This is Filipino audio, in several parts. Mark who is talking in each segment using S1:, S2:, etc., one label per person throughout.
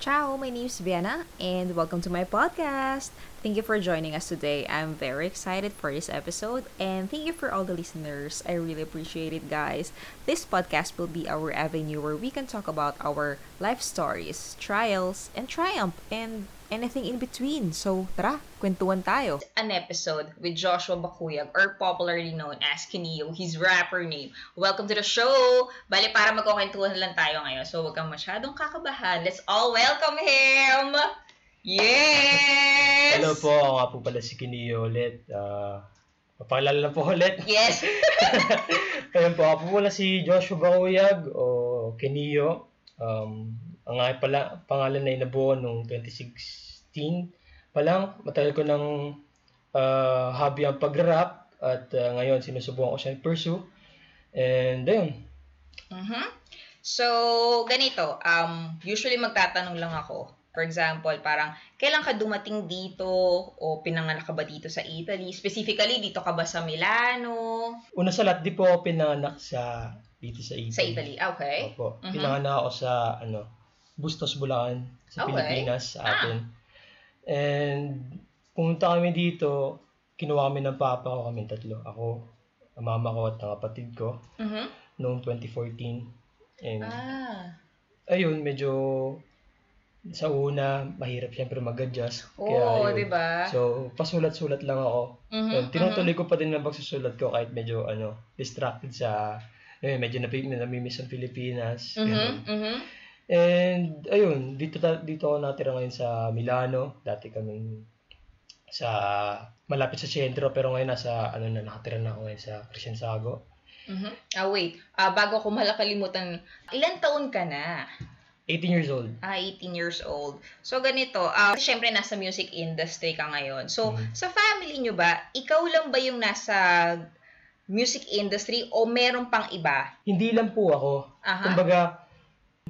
S1: Ciao, my name's Vienna, and welcome to my podcast. Thank you for joining us today. I'm very excited for this episode, and thank you for all the listeners. I really appreciate it, guys. This podcast will be our avenue where we can talk about our life stories, trials, and triumph, and anything in between. So, tara, kwentuhan tayo. An episode with Joshua Bakuyag, or popularly known as Kineo, his rapper name. Welcome to the show! Bale, para magkukwentuhan lang tayo ngayon. So, huwag kang masyadong kakabahan. Let's all welcome him! Yes!
S2: Hello po, ako nga po pala si Kinio ulit. Ah, mapakilala lang po ulit.
S1: Yes!
S2: Ayun po, ako po pala si Joshua Bakuyag o Kinio. Um, ang nga pala, pangalan na inabuo noong 2016 pa lang. Matagal ko ng ah, hobby ang pag-rap at ah, ngayon sinusubukan ko siyang pursue. And ayun,
S1: Mhm. So, ganito, um, usually magtatanong lang ako. For example, parang, kailan ka dumating dito? O pinanganak ka ba dito sa Italy? Specifically, dito ka ba sa Milano?
S2: una sa lahat, di po ako pinanganak sa dito sa Italy.
S1: Sa Italy, ah, okay.
S2: Opo.
S1: Mhm.
S2: Pinanganak ako sa ano, Bustos, Bulacan, sa
S1: Okay.
S2: Pilipinas, sa
S1: Ah.
S2: atin. And pumunta kami dito, kinuha kami ng papa ko, kami tatlo. Ako, ang mama ko at ang kapatid ko
S1: Mhm.
S2: noong 2014. And
S1: Ah,
S2: ayun, medyo sa una, mahirap siyempre mag-adjust.
S1: oo,
S2: yun.
S1: di ba?
S2: So, pasulat-sulat lang ako.
S1: Mhm,
S2: Yun, tinutuloy ko pa din ang pagsusulat ko kahit medyo ano, distracted sa eh, medyo napi, namimiss ang Pilipinas.
S1: mhm,
S2: ganun.
S1: mhm.
S2: And ayun, dito ta- dito ako natira ngayon sa Milano. Dati kaming sa malapit sa sentro pero ngayon nasa ano na nakatira na ako ngayon sa Crescenzago.
S1: mhm. Ah, wait. Ah, bago ko malakalimutan, ilan taon ka na?
S2: 18 years old.
S1: Ah, 18 years old. So, ganito. ah Siyempre, nasa music industry ka ngayon. So,
S2: Mhm.
S1: sa family nyo ba, ikaw lang ba yung nasa music industry o meron pang iba?
S2: Hindi lang po ako.
S1: Aha.
S2: Kumbaga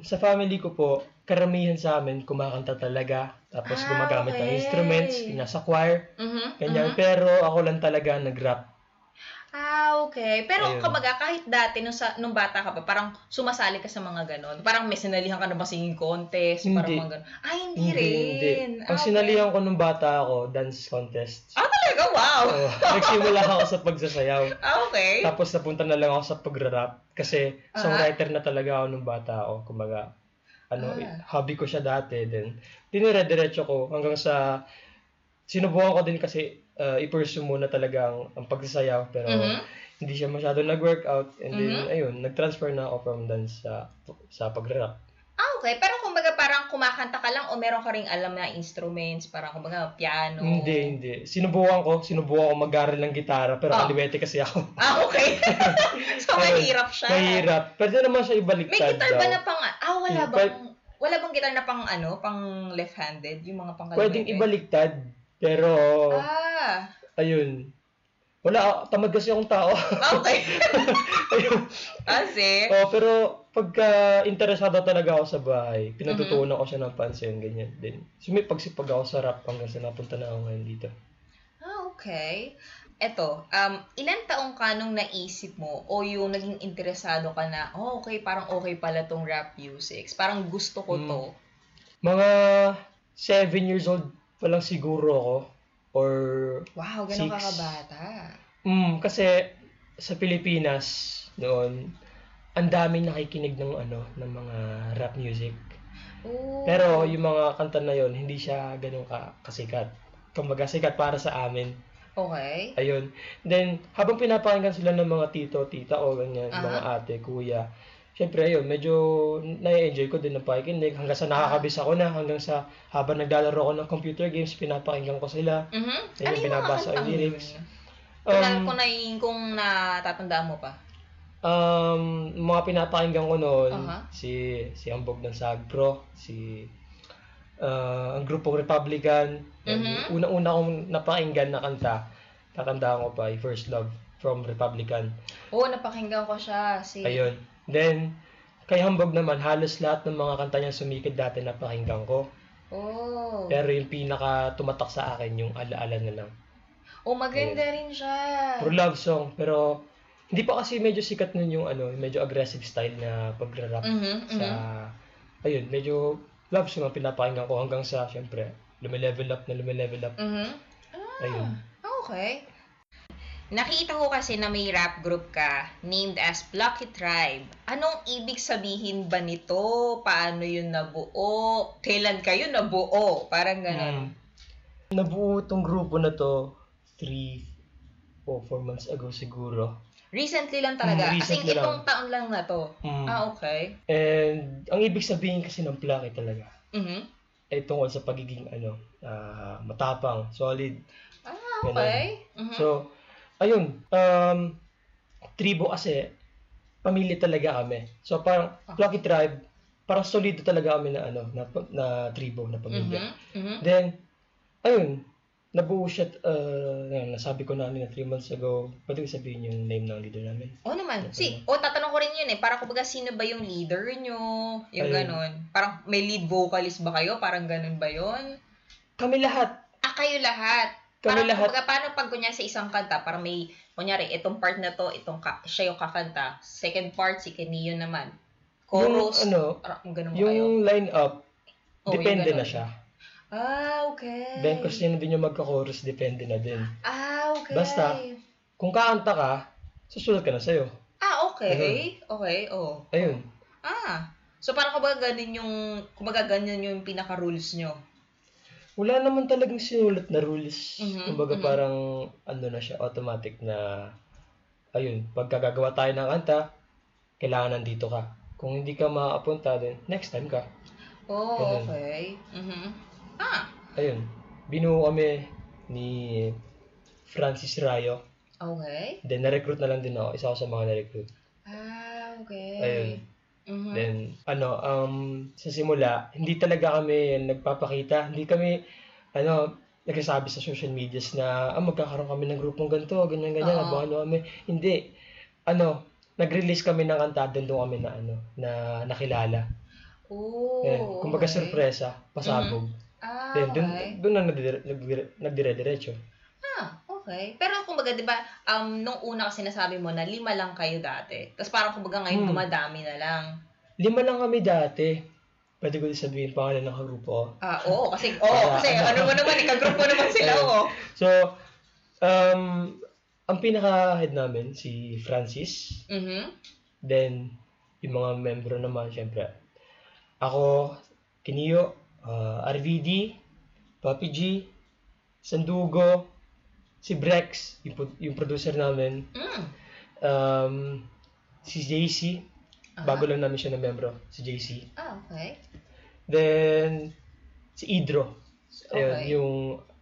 S2: sa family ko po, karamihan sa amin kumakanta talaga. Tapos
S1: Ah,
S2: gumagamit ng
S1: okay.
S2: instruments, yung nasa choir,
S1: Mhm,
S2: ganyan.
S1: mhm.
S2: Pero ako lang talaga nag-rap.
S1: Ah, okay. Pero
S2: Ayun.
S1: kumbaga, kahit dati, nung, sa, nung bata ka pa, parang sumasali ka sa mga ganon. Parang may sinalihan ka na ba singing contest? Parang
S2: Hindi.
S1: mga ganon. Ah, hindi,
S2: Hindi,
S1: rin.
S2: hindi.
S1: Ah,
S2: Ang
S1: okay.
S2: sinalihan ko nung bata ako, dance contest.
S1: Ah, talaga? Wow.
S2: Oo, nagsimula ako sa pagsasayaw.
S1: Ah, okay.
S2: Tapos napunta na lang ako sa pagra-rap kasi
S1: Ah.
S2: songwriter na talaga ako nung bata ako. Kumbaga, ano,
S1: Ah.
S2: hobby ko siya dati. Then, dinire-diretso ko hanggang sa, sinubukan ko din kasi uh, i-pursue muna talaga ang, ang pagsasayaw. Pero,
S1: Mhm.
S2: hindi siya masyado nag-workout. And then,
S1: Mhm.
S2: ayun, nag-transfer na ako from dance sa, sa pagra-rap.
S1: Ah, okay. Pero kumbaga parang kumakanta ka lang o meron ka ring alam na instruments, parang kumbaga piano.
S2: Hindi, hindi. Sinubukan ko, sinubukan ko mag-aral ng gitara. Pero,
S1: Ah.
S2: kaliwete kasi ako.
S1: Ah, okay. so,
S2: Ayun,
S1: mahirap siya.
S2: Mahirap. Pwede naman siya
S1: May
S2: ibaliktad
S1: guitar ba
S2: daw.
S1: na pang, ah, wala
S2: Hindi,
S1: bang, wala bang guitar na pang ano, pang left-handed? Yung mga pang
S2: Pwedeng oh. ibaliktad. Pero,
S1: Ah,
S2: ayun. Wala, tamad kasi akong tao.
S1: okay.
S2: ayun.
S1: Ah, Kasi,
S2: Oh, pero pagka interesado talaga ako sa bahay, pinatutunan ko siya ng pansin, ganyan din. Sumipag-sipag ako sa rap hanggang sa napunta na ako ngayon dito.
S1: ah, okay. Eto, um, ilan taong ka nung naisip mo o yung naging interesado ka na, oh, okay, parang okay pala tong rap music. Parang gusto ko to.
S2: Hmm. Mga 7 years old pa lang siguro ako. Or,
S1: Wow, ganun ka
S2: Six.
S1: kabata.
S2: mm, kasi sa Pilipinas noon, ang daming nakikinig ng ano, ng mga rap music.
S1: Oo.
S2: Pero yung mga kanta na yon, hindi siya ganun ka kasikat. Kumbaga sikat para sa amin.
S1: Okay.
S2: Ayun. Then, habang pinapakinggan sila ng mga tito, tita o ganyan,
S1: Aha.
S2: mga ate, kuya, syempre, ayun, medyo nai-enjoy ko din ang pakikinig hanggang sa nakakabis ako na, hanggang sa habang naglalaro ako ng computer games, pinapakinggan ko sila.
S1: Mhm.
S2: Ayun,
S1: Ano yung mga
S2: binabasa
S1: kantang
S2: yung lyrics.
S1: yun? Wala ko
S2: Um,
S1: na kung natatandaan mo pa.
S2: um, mga pinapakinggan ko noon,
S1: Aha.
S2: si, si Ambog ng Sagpro, si ah, ang grupong Republican,
S1: Mhm.
S2: unang-una kong napakinggan na kanta, tatandaan ko pa, yung First Love from Republican.
S1: Oo, Oh, napakinggan ko siya. Si...
S2: Ayun. Then, kay Hambog naman, halos lahat ng mga kanta niya sumikid dati na pakinggan ko.
S1: Oh.
S2: Pero yung pinaka tumatak sa akin, yung alaala na lang.
S1: Oh, maganda rin siya.
S2: Puro love song, pero hindi pa kasi medyo sikat
S1: Mm-hmm,
S2: nun yung ano, medyo aggressive style na pagra-rap
S1: Mhm, mhm.
S2: sa... Ayun, medyo Loves yung mga pinapakinggan ko hanggang sa, syempre, lumilevel up na lumilevel up.
S1: Mhm. Ah,
S2: Ayun.
S1: okay. Nakita ko kasi na may rap group ka named as Plucky Tribe. Anong ibig sabihin ba nito? Paano yun nabuo? Kailan kayo nabuo? Parang ganun.
S2: Mm. Nabuo itong grupo na to three o four months ago siguro.
S1: Recently lang talaga. As
S2: Mm,
S1: in,
S2: recently lang.
S1: itong taon lang na to.
S2: Mm.
S1: Ah, okay.
S2: And ang ibig sabihin kasi ng plaki talaga
S1: Mhm.
S2: ay tungkol sa pagiging ano, ah, matapang, solid.
S1: Ah, okay. Mhm.
S2: So, ayun, um, tribo kasi, pamilya talaga kami. So, parang
S1: Ah.
S2: Lucky Tribe, parang solido talaga kami na ano, na, na tribo, na pamilya.
S1: Mhm. Mhm.
S2: Then, ayun, nabuo siya, uh, ayun, nasabi ko na ano na 3 months ago, pwede ko sabihin yung name ng leader namin.
S1: Oo Oh, naman. Si, o tatanong ko rin yun eh. Parang kumbaga sino ba yung leader nyo? Yung
S2: Ayun.
S1: ganun. Parang may lead vocalist ba kayo? Parang ganun ba yun?
S2: Kami lahat,
S1: Ah, kayo lahat.
S2: Kami
S1: parang
S2: lahat.
S1: kumbaga, paano pag kunya sa isang kanta, parang may, kunyari, itong part na to, itong ka, siya yung kakanta. Second part, si Kenio naman. Chorus.
S2: yung ano,
S1: parang ganun ba kayo?
S2: yung line-up,
S1: Oo, yung
S2: depende na
S1: ganun.
S2: siya.
S1: Ah, okay.
S2: Then, kung sino din yung magka-chorus, depende na din.
S1: Ah, okay.
S2: Basta. Kung kakanta ka, susulat ka na sa'yo.
S1: Ah, okay. Okay, oh.
S2: Ayun.
S1: Ah. So, parang kumbaga ganun yung, kumbaga ganyan yung pinaka-rules nyo.
S2: Wala naman talagang sinulat na rules.
S1: Mhm, mhm.
S2: Kumbaga parang ano na siya, automatic na ayun, pagkagagawa tayo ng kanta, kailangan nandito ka. Kung hindi ka makapunta din, next time ka.
S1: Oh,
S2: Ganun.
S1: okay. Mhm. Ah,
S2: Ayun. Binuo kami ni Francis Rayo.
S1: okay.
S2: Then, na-recruit na lang din ako. Isa ako sa mga na-recruit.
S1: Ah, okay.
S2: Ayun.
S1: Mhm.
S2: Then, ano, um, sa simula, hindi talaga kami nagpapakita. Hindi kami, ano, nagsasabi sa social medias na, ah, magkakaroon kami ng grupong ganito, ganyan, ganyan,
S1: Oo.
S2: abangan nyo kami. Hindi. Ano, nag-release kami ng kanta, doon doon kami na, ano, na nakilala.
S1: Oh,
S2: Ayun. Kumbaga,
S1: okay.
S2: sorpresa, pasabog.
S1: Ah,
S2: Then, doon,
S1: okay.
S2: doon na nagdire- nagdire- nagdire-diretso.
S1: Ah, okay. Pero kumbaga, di ba, um, nung una kasi nasabi mo na lima lang kayo dati. Tapos parang kumbaga ngayon
S2: Hmm.
S1: dumadami na lang.
S2: Lima lang kami dati. Pwede ko din sabihin pangalan ng grupo ko.
S1: Ah, oo. Kasi, oo. kasi ano mo naman, ikagrupo naman sila, oh.
S2: Ayun.
S1: oo.
S2: So, um, ang pinaka-head namin, si Francis.
S1: Mhm.
S2: Then, yung mga membro naman, syempre. Ako, Kinio, uh, RVD, Papi G, Sandugo, si Brex, yung, pro- yung producer namin,
S1: Mm.
S2: um, si JC,
S1: Aha.
S2: bago lang namin siya na membro, si JC.
S1: Ah, okay.
S2: Then, si Idro. Ayun,
S1: Okay.
S2: yung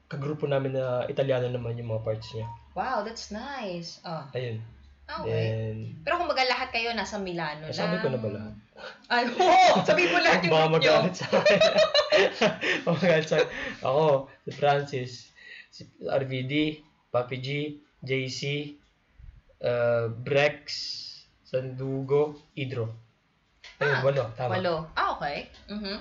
S2: kagrupo namin na Italiano naman yung mga parts niya.
S1: Wow, that's nice. Ah,
S2: Ayun.
S1: okay.
S2: Then,
S1: Pero kumbaga lahat kayo nasa Milano lang.
S2: Nasabi Eh, ko na ba lahat?
S1: Ay, oo. Sabi mo lahat yung
S2: baka
S1: group nyo.
S2: magalit sa akin. Baka magalit sa akin. Ako, si Francis, si RVD, Papi G, JC, uh, Brex, Sandugo, Idro. Ayun,
S1: Ah,
S2: walo. Tama.
S1: Walo. Ah, okay. Mhm.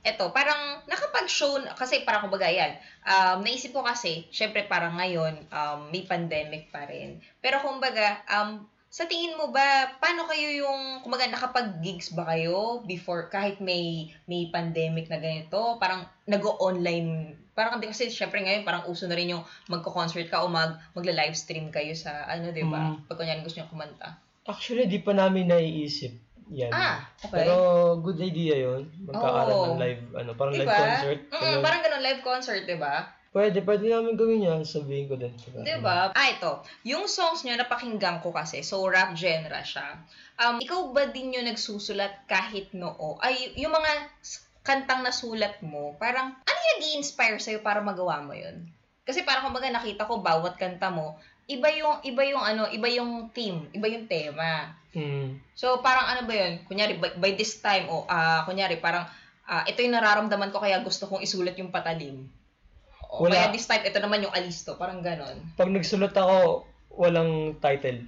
S1: Eto, parang nakapag-show, na- kasi parang kumbaga yan, um, naisip ko kasi, syempre parang ngayon, um, may pandemic pa rin. Pero kumbaga, um, sa tingin mo ba, paano kayo yung, kumbaga nakapag-gigs ba kayo before, kahit may, may pandemic na ganito, parang nag-online, parang hindi kasi syempre ngayon, parang uso na rin yung magko-concert ka o mag, magla-livestream kayo sa, ano, di ba?
S2: Mm.
S1: Pag kunyan gusto nyo kumanta.
S2: Actually, di pa namin naiisip yan.
S1: Ah, okay.
S2: Pero good idea yon Magkakaroon
S1: Oo.
S2: ng live, ano, parang
S1: Diba?
S2: live concert.
S1: Mm,
S2: Ganun.
S1: parang ganun, live concert, diba?
S2: Pwede, pwede namin gawin yan. Sabihin ko din.
S1: Diba? Ah, ito. Yung songs nyo, napakinggan ko kasi. So, rap genre siya. Um, ikaw ba din yung nagsusulat kahit noo? Ay, yung mga s- kantang nasulat mo, parang ano yung nag-inspire sa'yo para magawa mo yun? Kasi parang kumbaga nakita ko bawat kanta mo, iba yung, iba yung ano, iba yung theme, iba yung tema.
S2: Mm.
S1: So, parang ano ba yun? Kunyari, by, by this time, o ah, kunyari, parang ah, ito yung nararamdaman ko kaya gusto kong isulat yung patalim. O
S2: Wala.
S1: kaya this time, ito naman yung alisto. Parang ganon.
S2: Pag nagsulat ako, walang title.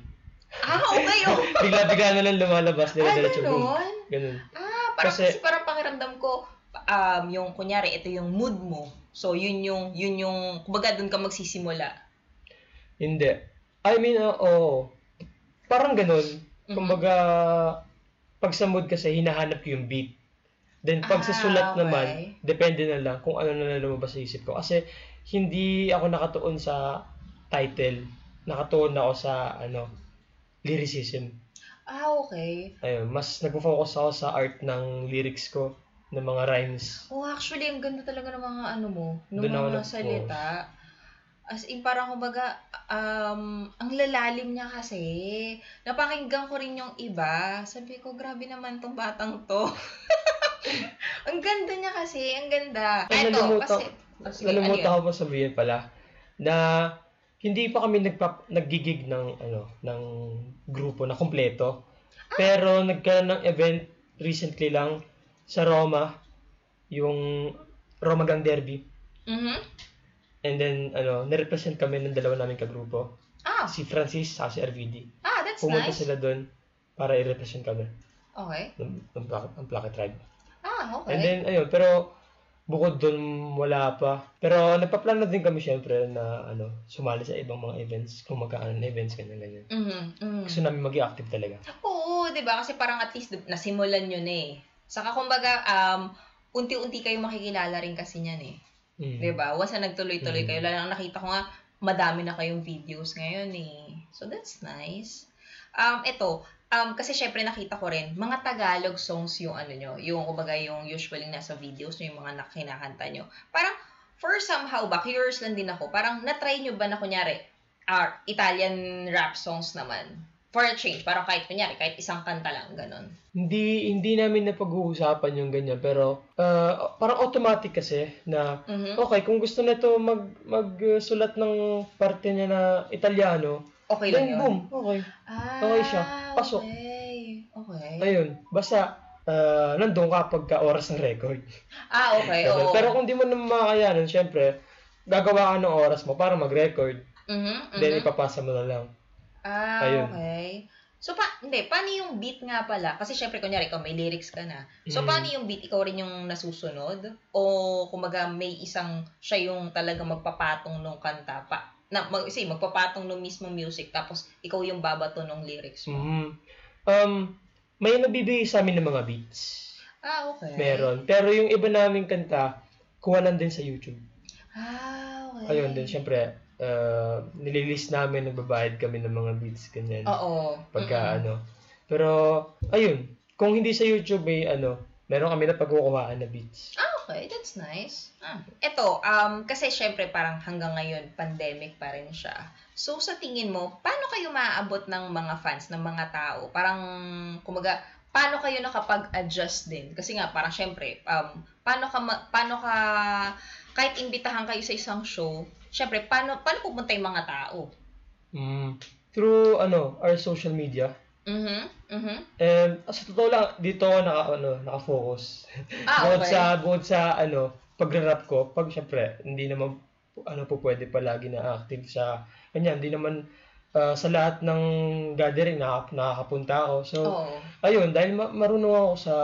S1: Ah, okay. Oh.
S2: Bigla-bigla na lang lumalabas.
S1: ah,
S2: Dire-diretso. boom.
S1: ganon.
S2: Ganun.
S1: Ah, parang kasi,
S2: Kasi-
S1: parang pakiramdam ko, um, yung kunyari, ito yung mood mo. So, yun yung, yun yung, kumbaga doon ka magsisimula.
S2: Hindi. I mean, uh, oo. Parang ganun.
S1: Mhm.
S2: Kumbaga, pag sa mood kasi, hinahanap ko yung beat. Then pag sa
S1: Ah,
S2: sulat naman,
S1: okay.
S2: depende na lang kung ano na lumabas sa isip ko. Kasi hindi ako nakatuon sa title. Nakatuon ako sa ano, lyricism.
S1: Ah, okay.
S2: Ayun, mas nagfo-focus ako sa art ng lyrics ko, ng mga rhymes.
S1: Oh, actually, ang ganda talaga ng mga ano mo, ng
S2: Doon ako
S1: mga
S2: nag-post.
S1: salita. As in, parang kumbaga, um, ang lalalim niya kasi. Napakinggan ko rin yung iba. Sabi ko, grabe naman tong batang to. ang ganda niya kasi, ang ganda.
S2: Ay,
S1: Eto,
S2: nalimutan-
S1: kasi,
S2: Kasi
S1: Sige, ano yun?
S2: nalimutan ko pa sabihin pala na hindi pa kami nagpa, naggigig ng ano ng grupo
S1: Ah!
S2: na kumpleto. Pero nagkaroon ng event recently lang sa Roma, yung Roma Gang Derby.
S1: Mhm.
S2: And then ano, nirepresent kami ng dalawa naming kagrupo,
S1: Ah,
S2: si Francis at si RVD.
S1: ah, that's
S2: Pumunta
S1: nice.
S2: sila doon para i-represent kami
S1: Okay.
S2: ng, ng, Plaka- ng Plaka Tribe.
S1: Ah, okay.
S2: And then, ayun, pero bukod doon, wala pa. Pero nagpaplano din kami syempre na ano, sumali sa ibang mga events, kung magkaano na events, ganyan, ganyan.
S1: Mhm, mhm.
S2: Gusto namin maging active talaga.
S1: Oo, 'di ba? Kasi parang at least nasimulan yun eh. Saka kumbaga um unti-unti kayo makikilala rin kasi niyan eh.
S2: Mm.
S1: 'Di ba? Once na nagtuloy-tuloy
S2: Mm.
S1: kayo, lalo na nakita ko nga madami na kayong videos ngayon eh. So that's nice. Um ito, um kasi syempre nakita ko rin mga Tagalog songs yung ano nyo, yung kumbaga yung usually nasa videos nyo, yung mga nakinakanta nyo. Parang for somehow ba, curious lang din ako, parang na-try nyo ba na kunyari, ah, Italian rap songs naman? For a change, parang kahit kunyari, kahit isang kanta lang, ganun.
S2: Hindi, hindi namin napag-uusapan yung ganyan, pero ah, parang automatic kasi na
S1: Mhm.
S2: Okay, kung gusto nito mag magsulat ng parte niya na Italiano,
S1: Okay lang
S2: then
S1: yun.
S2: boom, okay.
S1: Ah,
S2: Okay siya. Pasok.
S1: Okay. Okay.
S2: Ayun, basta ah, nandun ka pagka oras ng record.
S1: Ah, okay.
S2: Diba?
S1: Oo.
S2: Pero kung di mo naman makakayanan, syempre, gagawa ka ng oras mo para mag-record.
S1: Mhm, mhm.
S2: Then, ipapasa mo na lang.
S1: Ah,
S2: Ayun.
S1: okay. So, pa, hindi, paano yung beat nga pala? Kasi syempre, kunyari, ikaw may lyrics ka na. So,
S2: Mm.
S1: paano yung beat? Ikaw rin yung nasusunod? O, kumaga, may isang, siya yung talaga magpapatong nung kanta pa? Na, mag, say, magpapatong nung mismo music, tapos ikaw yung babato nung lyrics mo.
S2: Mhm. Um, may nabibigay sa amin ng mga beats.
S1: Ah, okay.
S2: Meron. Pero yung iba naming kanta, kuha lang din sa YouTube.
S1: Ah, okay.
S2: Ayun din, syempre, uh, nililist namin, nagbabayad kami ng mga beats, ganyan.
S1: Oo.
S2: Pagka
S1: Mm-mm.
S2: ano. Pero, ayun, kung hindi sa YouTube, may ano, meron kami na pagkukuhaan na beats.
S1: Ah, okay. That's nice. Ah. Ito, um, kasi syempre parang hanggang ngayon, pandemic pa rin siya. So, sa tingin mo, paano kayo maaabot ng mga fans, ng mga tao? Parang, kumaga, paano kayo nakapag-adjust din? Kasi nga, parang syempre, um, paano ka, ma- paano ka, kahit imbitahan kayo sa isang show, syempre, paano, paano pupunta yung mga tao?
S2: Mm. Through, ano, our social media,
S1: Mhm, mhm.
S2: And ah, sa totoo lang, dito ako naka, ano, naka-focus.
S1: Ah,
S2: bukod sa,
S1: okay.
S2: bukod sa, ano, pag-rap ko, pag syempre, hindi naman, ano po pwede palagi na active sa, kanya, hindi naman, ah, sa lahat ng gathering na nakakapunta ako. So,
S1: Oo.
S2: ayun, dahil ma- marunong ako sa,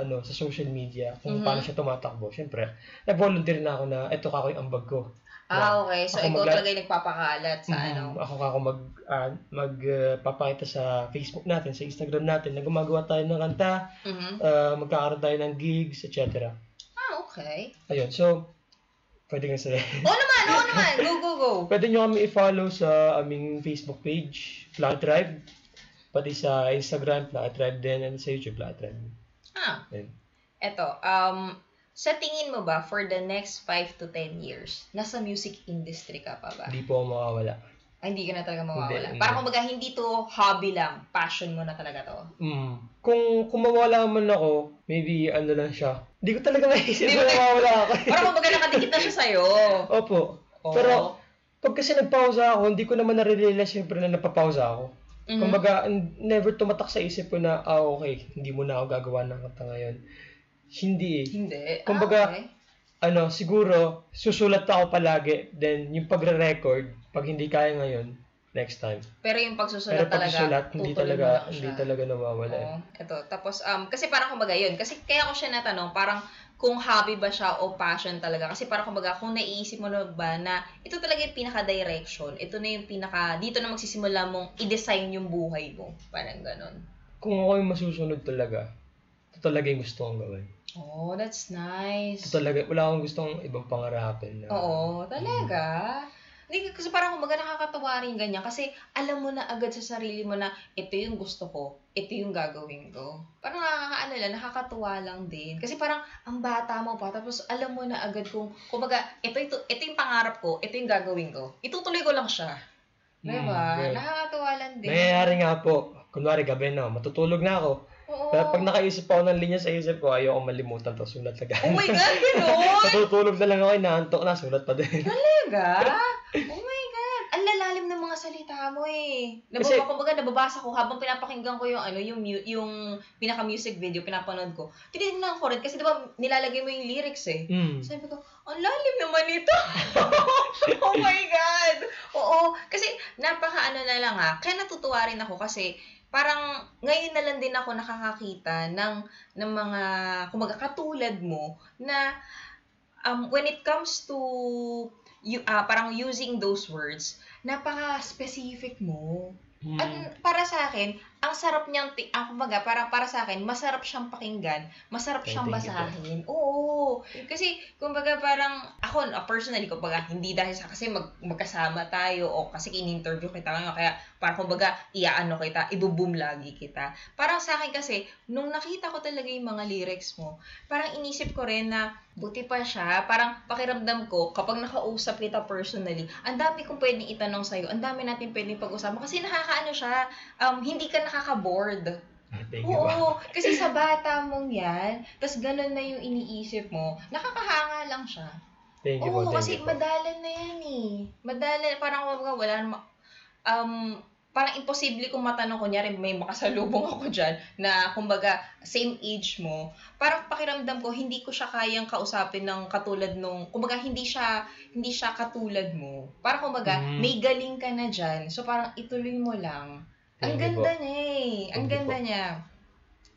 S2: ano, sa social media,
S1: Mhm.
S2: kung paano siya tumatakbo, syempre, nag-volunteer na ako na, eto kako yung ambag ko.
S1: Ah, okay. So,
S2: Ako
S1: ikaw
S2: magla-
S1: talaga yung nagpapakalat sa ano.
S2: Mm, Ako kako mag, ah, mag, ah, papakita sa Facebook natin, sa Instagram natin, na gumagawa tayo ng kanta,
S1: Mhm.
S2: uh, magkakaroon tayo ng gigs, etc.
S1: Ah, okay.
S2: Ayun, so, pwede kang sila.
S1: Oo naman, oo naman. Go, go, go.
S2: pwede nyo kami i-follow sa aming Facebook page, Plaka Tribe. Pati sa Instagram, Plaka Tribe din, and sa YouTube, Plaka Tribe.
S1: Ah,
S2: Ayun.
S1: Eto, um, sa tingin mo ba, for the next 5 to 10 years, nasa music industry ka pa ba?
S2: Hindi po ako makawala.
S1: Ay, hindi ka na talaga mawawala.
S2: Hindi,
S1: Parang
S2: hindi.
S1: kumbaga, hindi to hobby lang. Passion mo na talaga to.
S2: Mm. Kung kumawala man ako, maybe ano lang siya. Hindi ko talaga naisip
S1: Hindi
S2: na
S1: mo-
S2: mawawala ako.
S1: Parang kumbaga, nakadikit na siya sa'yo.
S2: Opo.
S1: Oo.
S2: Pero, pag kasi nagpausa ako, hindi ko naman nare-realize syempre na napapausa ako.
S1: Mhm.
S2: Kumbaga, n- never tumatak sa isip ko na, ah, okay, hindi mo na ako gagawa ng kanta ngayon. Hindi eh.
S1: hindi. Ah,
S2: kumbaga,
S1: okay.
S2: Ano, siguro, susulat ako palagi. Then, yung pagre-record, pag hindi kaya ngayon, next time.
S1: Pero yung pagsusulat
S2: Pero pag
S1: talaga,
S2: sulat, hindi
S1: tutuloy
S2: talaga,
S1: mo lang
S2: hindi
S1: siya.
S2: talaga nawawala. eh.
S1: Oo, eto. Tapos, um, kasi parang kumbaga yun. Kasi kaya ko siya natanong, parang kung hobby ba siya o passion talaga. Kasi parang kumbaga, kung naiisip mo na ba na ito talaga yung pinaka-direction, ito na yung pinaka, dito na magsisimula mong i-design yung buhay mo. Parang ganon.
S2: Kung ako yung masusunod talaga, ito talaga yung gusto kong gawin.
S1: Oh, that's nice.
S2: So, talaga, wala akong gustong ibang pangarapin. Na, Mm.
S1: Oo, talaga. Hindi, kasi parang kumbaga nakakatawa rin ganyan. Kasi alam mo na agad sa sarili mo na ito yung gusto ko, ito yung gagawin ko. Parang nakakaano lang, nakakatuwa lang din. Kasi parang ang bata mo pa, tapos alam mo na agad kung, kumbaga, ito, ito, ito yung pangarap ko, ito yung gagawin ko. Itutuloy ko lang siya.
S2: Hmm,
S1: Diba?
S2: yeah.
S1: Nakakatuwa lang din.
S2: Nangyayari nga po, kunwari gabi na, matutulog na ako.
S1: Oo.
S2: Pero pag nakaisip ako ng linya sa isip ko, ayaw akong malimutan to, sulat na
S1: Oh
S2: gano'n.
S1: my God, gano'n!
S2: Natutulog na lang ako, inaantok na, sulat pa din.
S1: Talaga? Oh my God. Ang lalalim ng mga salita mo eh. Nababa,
S2: Kasi-
S1: kumbaga, nababasa ko habang pinapakinggan ko yung ano, yung, mu- yung pinaka-music video, pinapanood ko. Tinitingnan ko rin kasi di ba nilalagay mo yung lyrics eh.
S2: Mm.
S1: Sabi ko, ang lalim naman ito. oh my God. Oo. Kasi napaka ano na lang ha. Kaya natutuwa rin ako kasi parang ngayon na lang din ako nakakakita ng, ng mga kumaga katulad mo na um, when it comes to you, ah, parang using those words, napaka-specific mo.
S2: Mm.
S1: At para sa akin, ang sarap niyang, ti- ah, kumbaga, para, para sa akin, masarap siyang pakinggan, masarap
S2: Thank
S1: siyang
S2: you,
S1: basahin. Oo. Kasi, kumbaga, parang, ako, ah, personally, kumbaga, hindi dahil sa, kasi mag, magkasama tayo, o kasi in-interview kita ngayon, kaya, parang, kumbaga, iaano kita, ibuboom lagi kita. Parang sa akin kasi, nung nakita ko talaga yung mga lyrics mo, parang inisip ko rin na, buti pa siya, parang pakiramdam ko, kapag nakausap kita personally, ang dami kong pwedeng itanong sa'yo, ang dami natin pwedeng pag-usapan, kasi nakakaano siya, um, hindi ka nakaka-bored.
S2: Thank you.
S1: Oo,
S2: ah.
S1: kasi sa bata mong yan, tas ganun na yung iniisip mo, nakakahanga lang siya.
S2: Thank you po,
S1: Oo,
S2: thank
S1: kasi
S2: you po.
S1: madalan na yan eh. Madalan, parang wala, wala naman, um, parang imposible kung matanong, kunyari may makasalubong ako dyan, na kumbaga, same age mo, parang pakiramdam ko, hindi ko siya kayang kausapin ng katulad nung, kumbaga, hindi siya, hindi siya katulad mo. Parang kumbaga,
S2: Mm.
S1: may galing ka na dyan, so parang ituloy mo lang. Ang
S2: Thank you
S1: ganda niya eh. Ang
S2: Thank you
S1: ganda niya.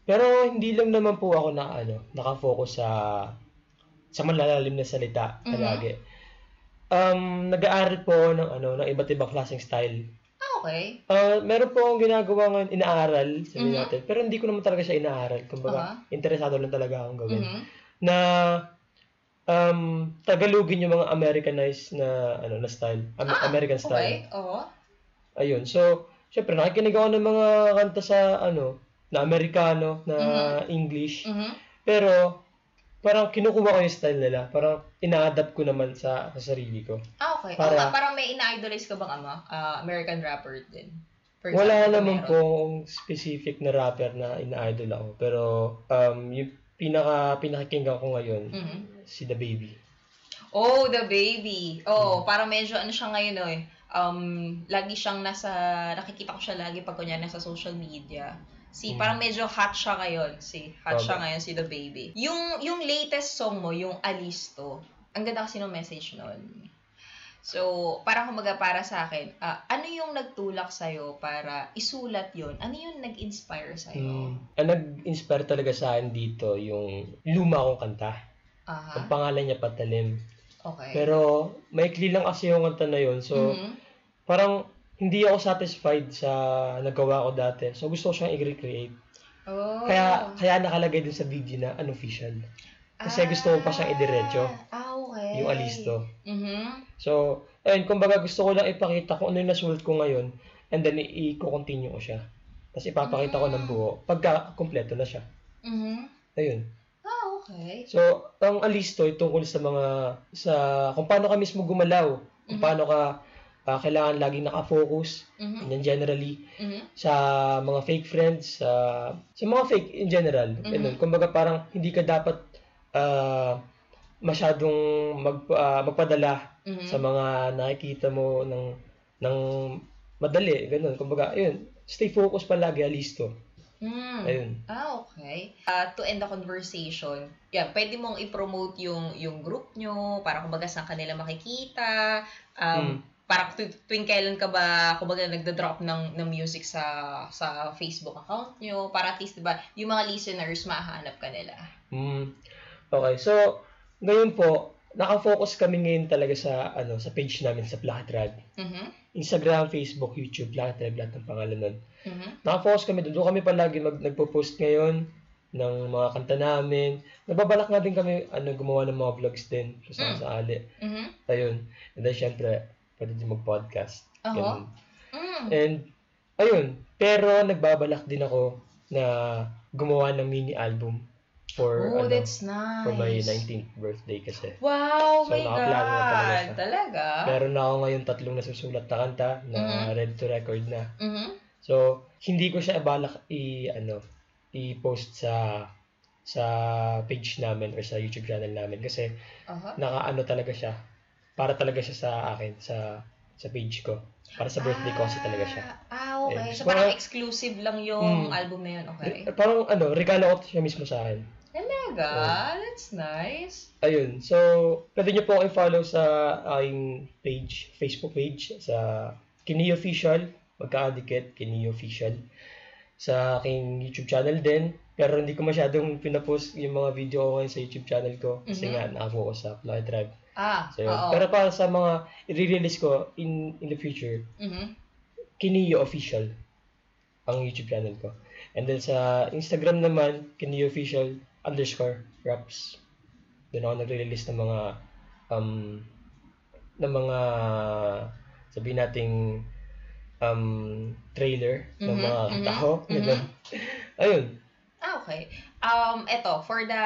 S2: Pero hindi lang naman po ako na ano, nakafocus sa sa malalalim na salita
S1: Mhm.
S2: palagi. Um, nag-aaral po ako ng ano, ng iba't ibang klaseng style.
S1: Ah, okay.
S2: Ah, meron po akong ginagawa ngayon, inaaral, sabi
S1: Mhm.
S2: natin. Pero hindi ko naman talaga siya inaaral. Kumbaga,
S1: Aha.
S2: interesado lang talaga akong gawin.
S1: Mhm.
S2: Na um, Tagalogin yung mga Americanized na ano na style, Am-
S1: Ah,
S2: American
S1: Okay,
S2: style.
S1: oo.
S2: Ayun. So, syempre nakikinig ako ng mga kanta sa ano, na Amerikano, na English.
S1: Mhm.
S2: Pero, parang kinukuha ko yung style nila. Parang, ina-adapt ko naman sa, sa sarili ko.
S1: Ah, okay.
S2: Para-
S1: Para, parang may ina-idolize ka bang ama? Ah, American rapper din. For
S2: Wala
S1: example,
S2: naman
S1: meron.
S2: pong specific na rapper na ina-idol ako. Pero, um, yung pinaka, pinakakinggan ko ngayon,
S1: Mhm.
S2: si The Baby.
S1: Oh, the baby.
S2: Hmm.
S1: Oo, parang medyo ano siya ngayon oh, eh. Um, lagi siyang nasa, nakikita ko siya lagi pag kunya nasa social media. Si,
S2: Mm.
S1: parang medyo hot siya ngayon. Si, hot siya
S2: Tama.
S1: ngayon, si The Baby. Yung, yung latest song mo, yung Alisto, ang ganda kasi ng message nun. So, parang kumaga para sa akin, ah, ano yung nagtulak sa'yo para isulat yon Ano yung nag-inspire sa'yo?
S2: Mm. Ang nag-inspire talaga sa akin dito, yung luma kong kanta.
S1: Aha,
S2: Ang pangalan niya, Patalim.
S1: okay.
S2: Pero, maikli lang kasi yung kanta na yun. So,
S1: Mhm.
S2: parang, hindi ako satisfied sa nagawa ko dati. So, gusto ko siyang i-recreate.
S1: Oh.
S2: Kaya kaya nakalagay dun sa video na unofficial. Kasi gusto ko pa siyang idiretso.
S1: Ah, okay.
S2: Yung alisto.
S1: Mhm.
S2: So, ayun, kumbaga gusto ko lang ipakita kung ano yung nasulat ko ngayon and then i- i-continue ko siya. Tapos ipapakita ko ng buo pagka kumpleto na siya.
S1: Mhm.
S2: Ayun.
S1: Ah, okay.
S2: So, ang alisto ay tungkol sa mga sa kung paano ka mismo gumalaw, kung
S1: Mhm.
S2: paano ka ah, kailangan laging nakafocus,
S1: Mhm.
S2: yan generally,
S1: Mhm.
S2: sa mga fake friends, sa sa mga fake in general.
S1: Mhm.
S2: Ganun. Kumbaga parang hindi ka dapat ah, masyadong mag, ah, magpadala
S1: Mhm.
S2: sa mga nakikita mo ng ng madali, ganun. Kumbaga, ayun, stay focused palagi, alisto.
S1: Mm.
S2: Ayun.
S1: Ah, okay. Ah, to end the conversation, yeah, pwede mong i-promote yung yung group nyo, para kumbaga saan kanila makikita,
S2: Mm-hmm.
S1: um,
S2: Hmm.
S1: para tu- tuwing kailan ka ba kumbaga nagda-drop ng, ng music sa sa Facebook account nyo, para at least, di ba, yung mga listeners mahanap ka nila.
S2: Mm. Okay, so ngayon po, nakafocus kami ngayon talaga sa ano sa page namin sa Plakat Rad.
S1: Mhm.
S2: Instagram, Facebook, YouTube, Plakat Rad, lahat ng pangalan nun.
S1: Mhm.
S2: Nakafocus kami doon. Doon kami palagi mag, nagpo-post ngayon ng mga kanta namin. Nababalak nga din kami ano, gumawa ng mga vlogs din kung saan
S1: Mm.
S2: sakali.
S1: Mhm.
S2: Ayun. And then, syempre, pwede din mag-podcast.
S1: Oho.
S2: Ganun.
S1: Mm.
S2: And, ayun. Pero, nagbabalak din ako na gumawa ng mini-album for,
S1: Oh,
S2: ano,
S1: that's nice.
S2: for my 19th birthday kasi.
S1: Wow,
S2: So,
S1: my
S2: nakaplano na talaga
S1: God.
S2: siya.
S1: Talaga?
S2: Meron na ako ngayon tatlong nasusulat na kanta na
S1: Mhm.
S2: ready to record na.
S1: Mhm.
S2: So, hindi ko siya balak i ano, i-post sa sa page namin or sa YouTube channel namin kasi
S1: Aha.
S2: nakaano talaga siya. Para talaga siya sa akin sa sa page ko. Para sa birthday ko kasi talaga siya.
S1: Ah, okay.
S2: Ayun.
S1: So, parang
S2: Mga-
S1: exclusive lang yung
S2: Mm.
S1: album na yun. Ah, Okay.
S2: Re- Parang ano, regalo ko siya mismo sa akin.
S1: Talaga?
S2: Oo.
S1: That's nice.
S2: Ayun. So, pwede niyo po akong follow sa aking page, Facebook page, sa Kini Official, magkaadikit, Kini Official. Sa aking YouTube channel din. Pero hindi ko masyadong pinapost yung mga video ko ngayon sa YouTube channel ko. Kasi
S1: Mhm.
S2: nga, nakafocus sa Fly Tribe.
S1: Ah,
S2: So, yun.
S1: oo.
S2: Pero para sa mga i-release ko in, in the future,
S1: Mhm.
S2: Kiniyo Official ang YouTube channel ko. And then sa Instagram naman, Kiniyo Official underscore raps. Doon ako nagre-release ng mga um, ng mga sabihin nating um, trailer ng
S1: Mhm,
S2: mga
S1: mhm,
S2: taho.
S1: mhm.
S2: ganun. Ayun.
S1: Ah, okay. Um, eto, for the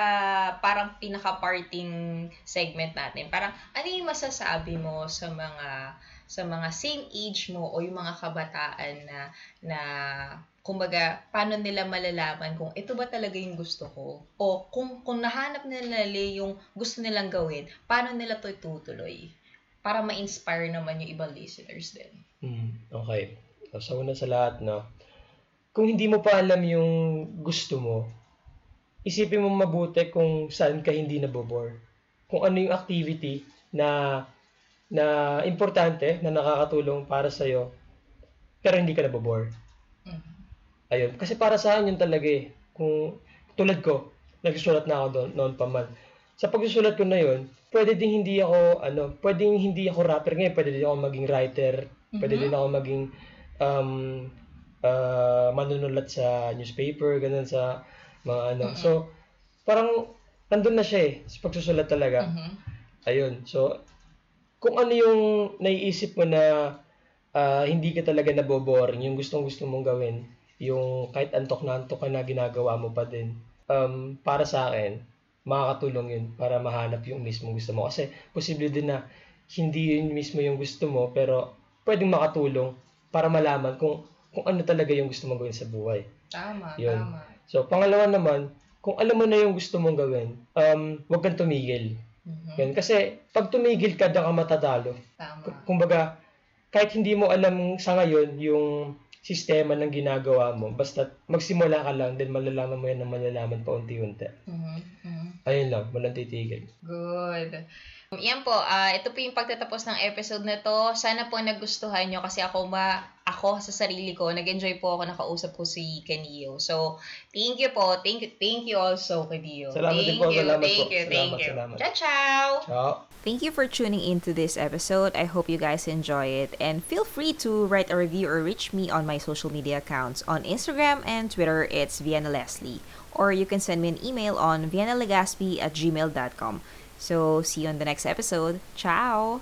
S1: parang pinaka-parting segment natin, parang ano yung masasabi mo sa mga sa mga same age mo o yung mga kabataan na na kumbaga paano nila malalaman kung ito ba talaga yung gusto ko o kung kung nahanap nila yung gusto nilang gawin, paano nila to tutuloy para ma-inspire naman yung ibang listeners din.
S2: Mm, okay. So, sa una sa lahat, no? Kung hindi mo pa alam yung gusto mo, isipin mo mabuti kung saan ka hindi nabobore. Kung ano yung activity na na importante, na nakakatulong para sa'yo, pero hindi ka nabobore.
S1: Mhm.
S2: Ayun. Kasi para sa akin yun talaga eh. Kung tulad ko, nagsusulat na ako doon, noon pa man. Sa pagsusulat ko na yun, pwede din hindi ako, ano, pwede din hindi ako rapper ngayon, pwede din ako maging writer, pwede
S1: Mhm.
S2: din ako maging um, ah, manunulat sa newspaper, ganun sa mga ano.
S1: Mhm.
S2: So, parang nandun na siya eh, sa pagsusulat talaga.
S1: Mhm.
S2: Ayun. So, kung ano yung naiisip mo na ah, hindi ka talaga naboboring, yung gustong-gusto mong gawin, yung kahit antok na antok ka na ginagawa mo pa din, um, para sa akin, makakatulong yun para mahanap yung mismong gusto mo. Kasi posible din na hindi yun mismo yung gusto mo, pero pwedeng makatulong para malaman kung kung ano talaga yung gusto mong gawin sa buhay.
S1: Tama,
S2: Yun.
S1: tama.
S2: So, pangalawa naman, kung alam mo na yung gusto mong gawin, um, huwag kang tumigil.
S1: Mhm.
S2: Yan. Kasi pag tumigil ka, doon ka matatalo.
S1: Tama.
S2: K- Kumbaga, kahit hindi mo alam sa ngayon yung sistema ng ginagawa mo, basta magsimula ka lang, then malalaman mo yan ng malalaman pa unti-unti.
S1: Mhm. Mhm.
S2: Ayun lang, walang titigil.
S1: Good. Um, Yan po, ah, ito po yung pagtatapos ng episode na to. Sana po nagustuhan nyo kasi ako ma ako sa sarili ko, nag-enjoy po ako nakausap ko si Kenio. So, thank you po. Thank you, thank you also, Kenio.
S2: Salamat
S1: thank
S2: din po,
S1: You,
S2: salamat
S1: thank
S2: po.
S1: you, thank
S2: Salamat,
S1: you.
S2: salamat.
S1: Ciao, ciao!
S2: Ciao!
S3: Thank you for tuning in to this episode. I hope you guys enjoy it. And feel free to write a review or reach me on my social media accounts. On Instagram and Twitter, it's Vienna Leslie. Or you can send me an email on viennalegaspi at gmail.com. So, see you on the next episode. Ciao!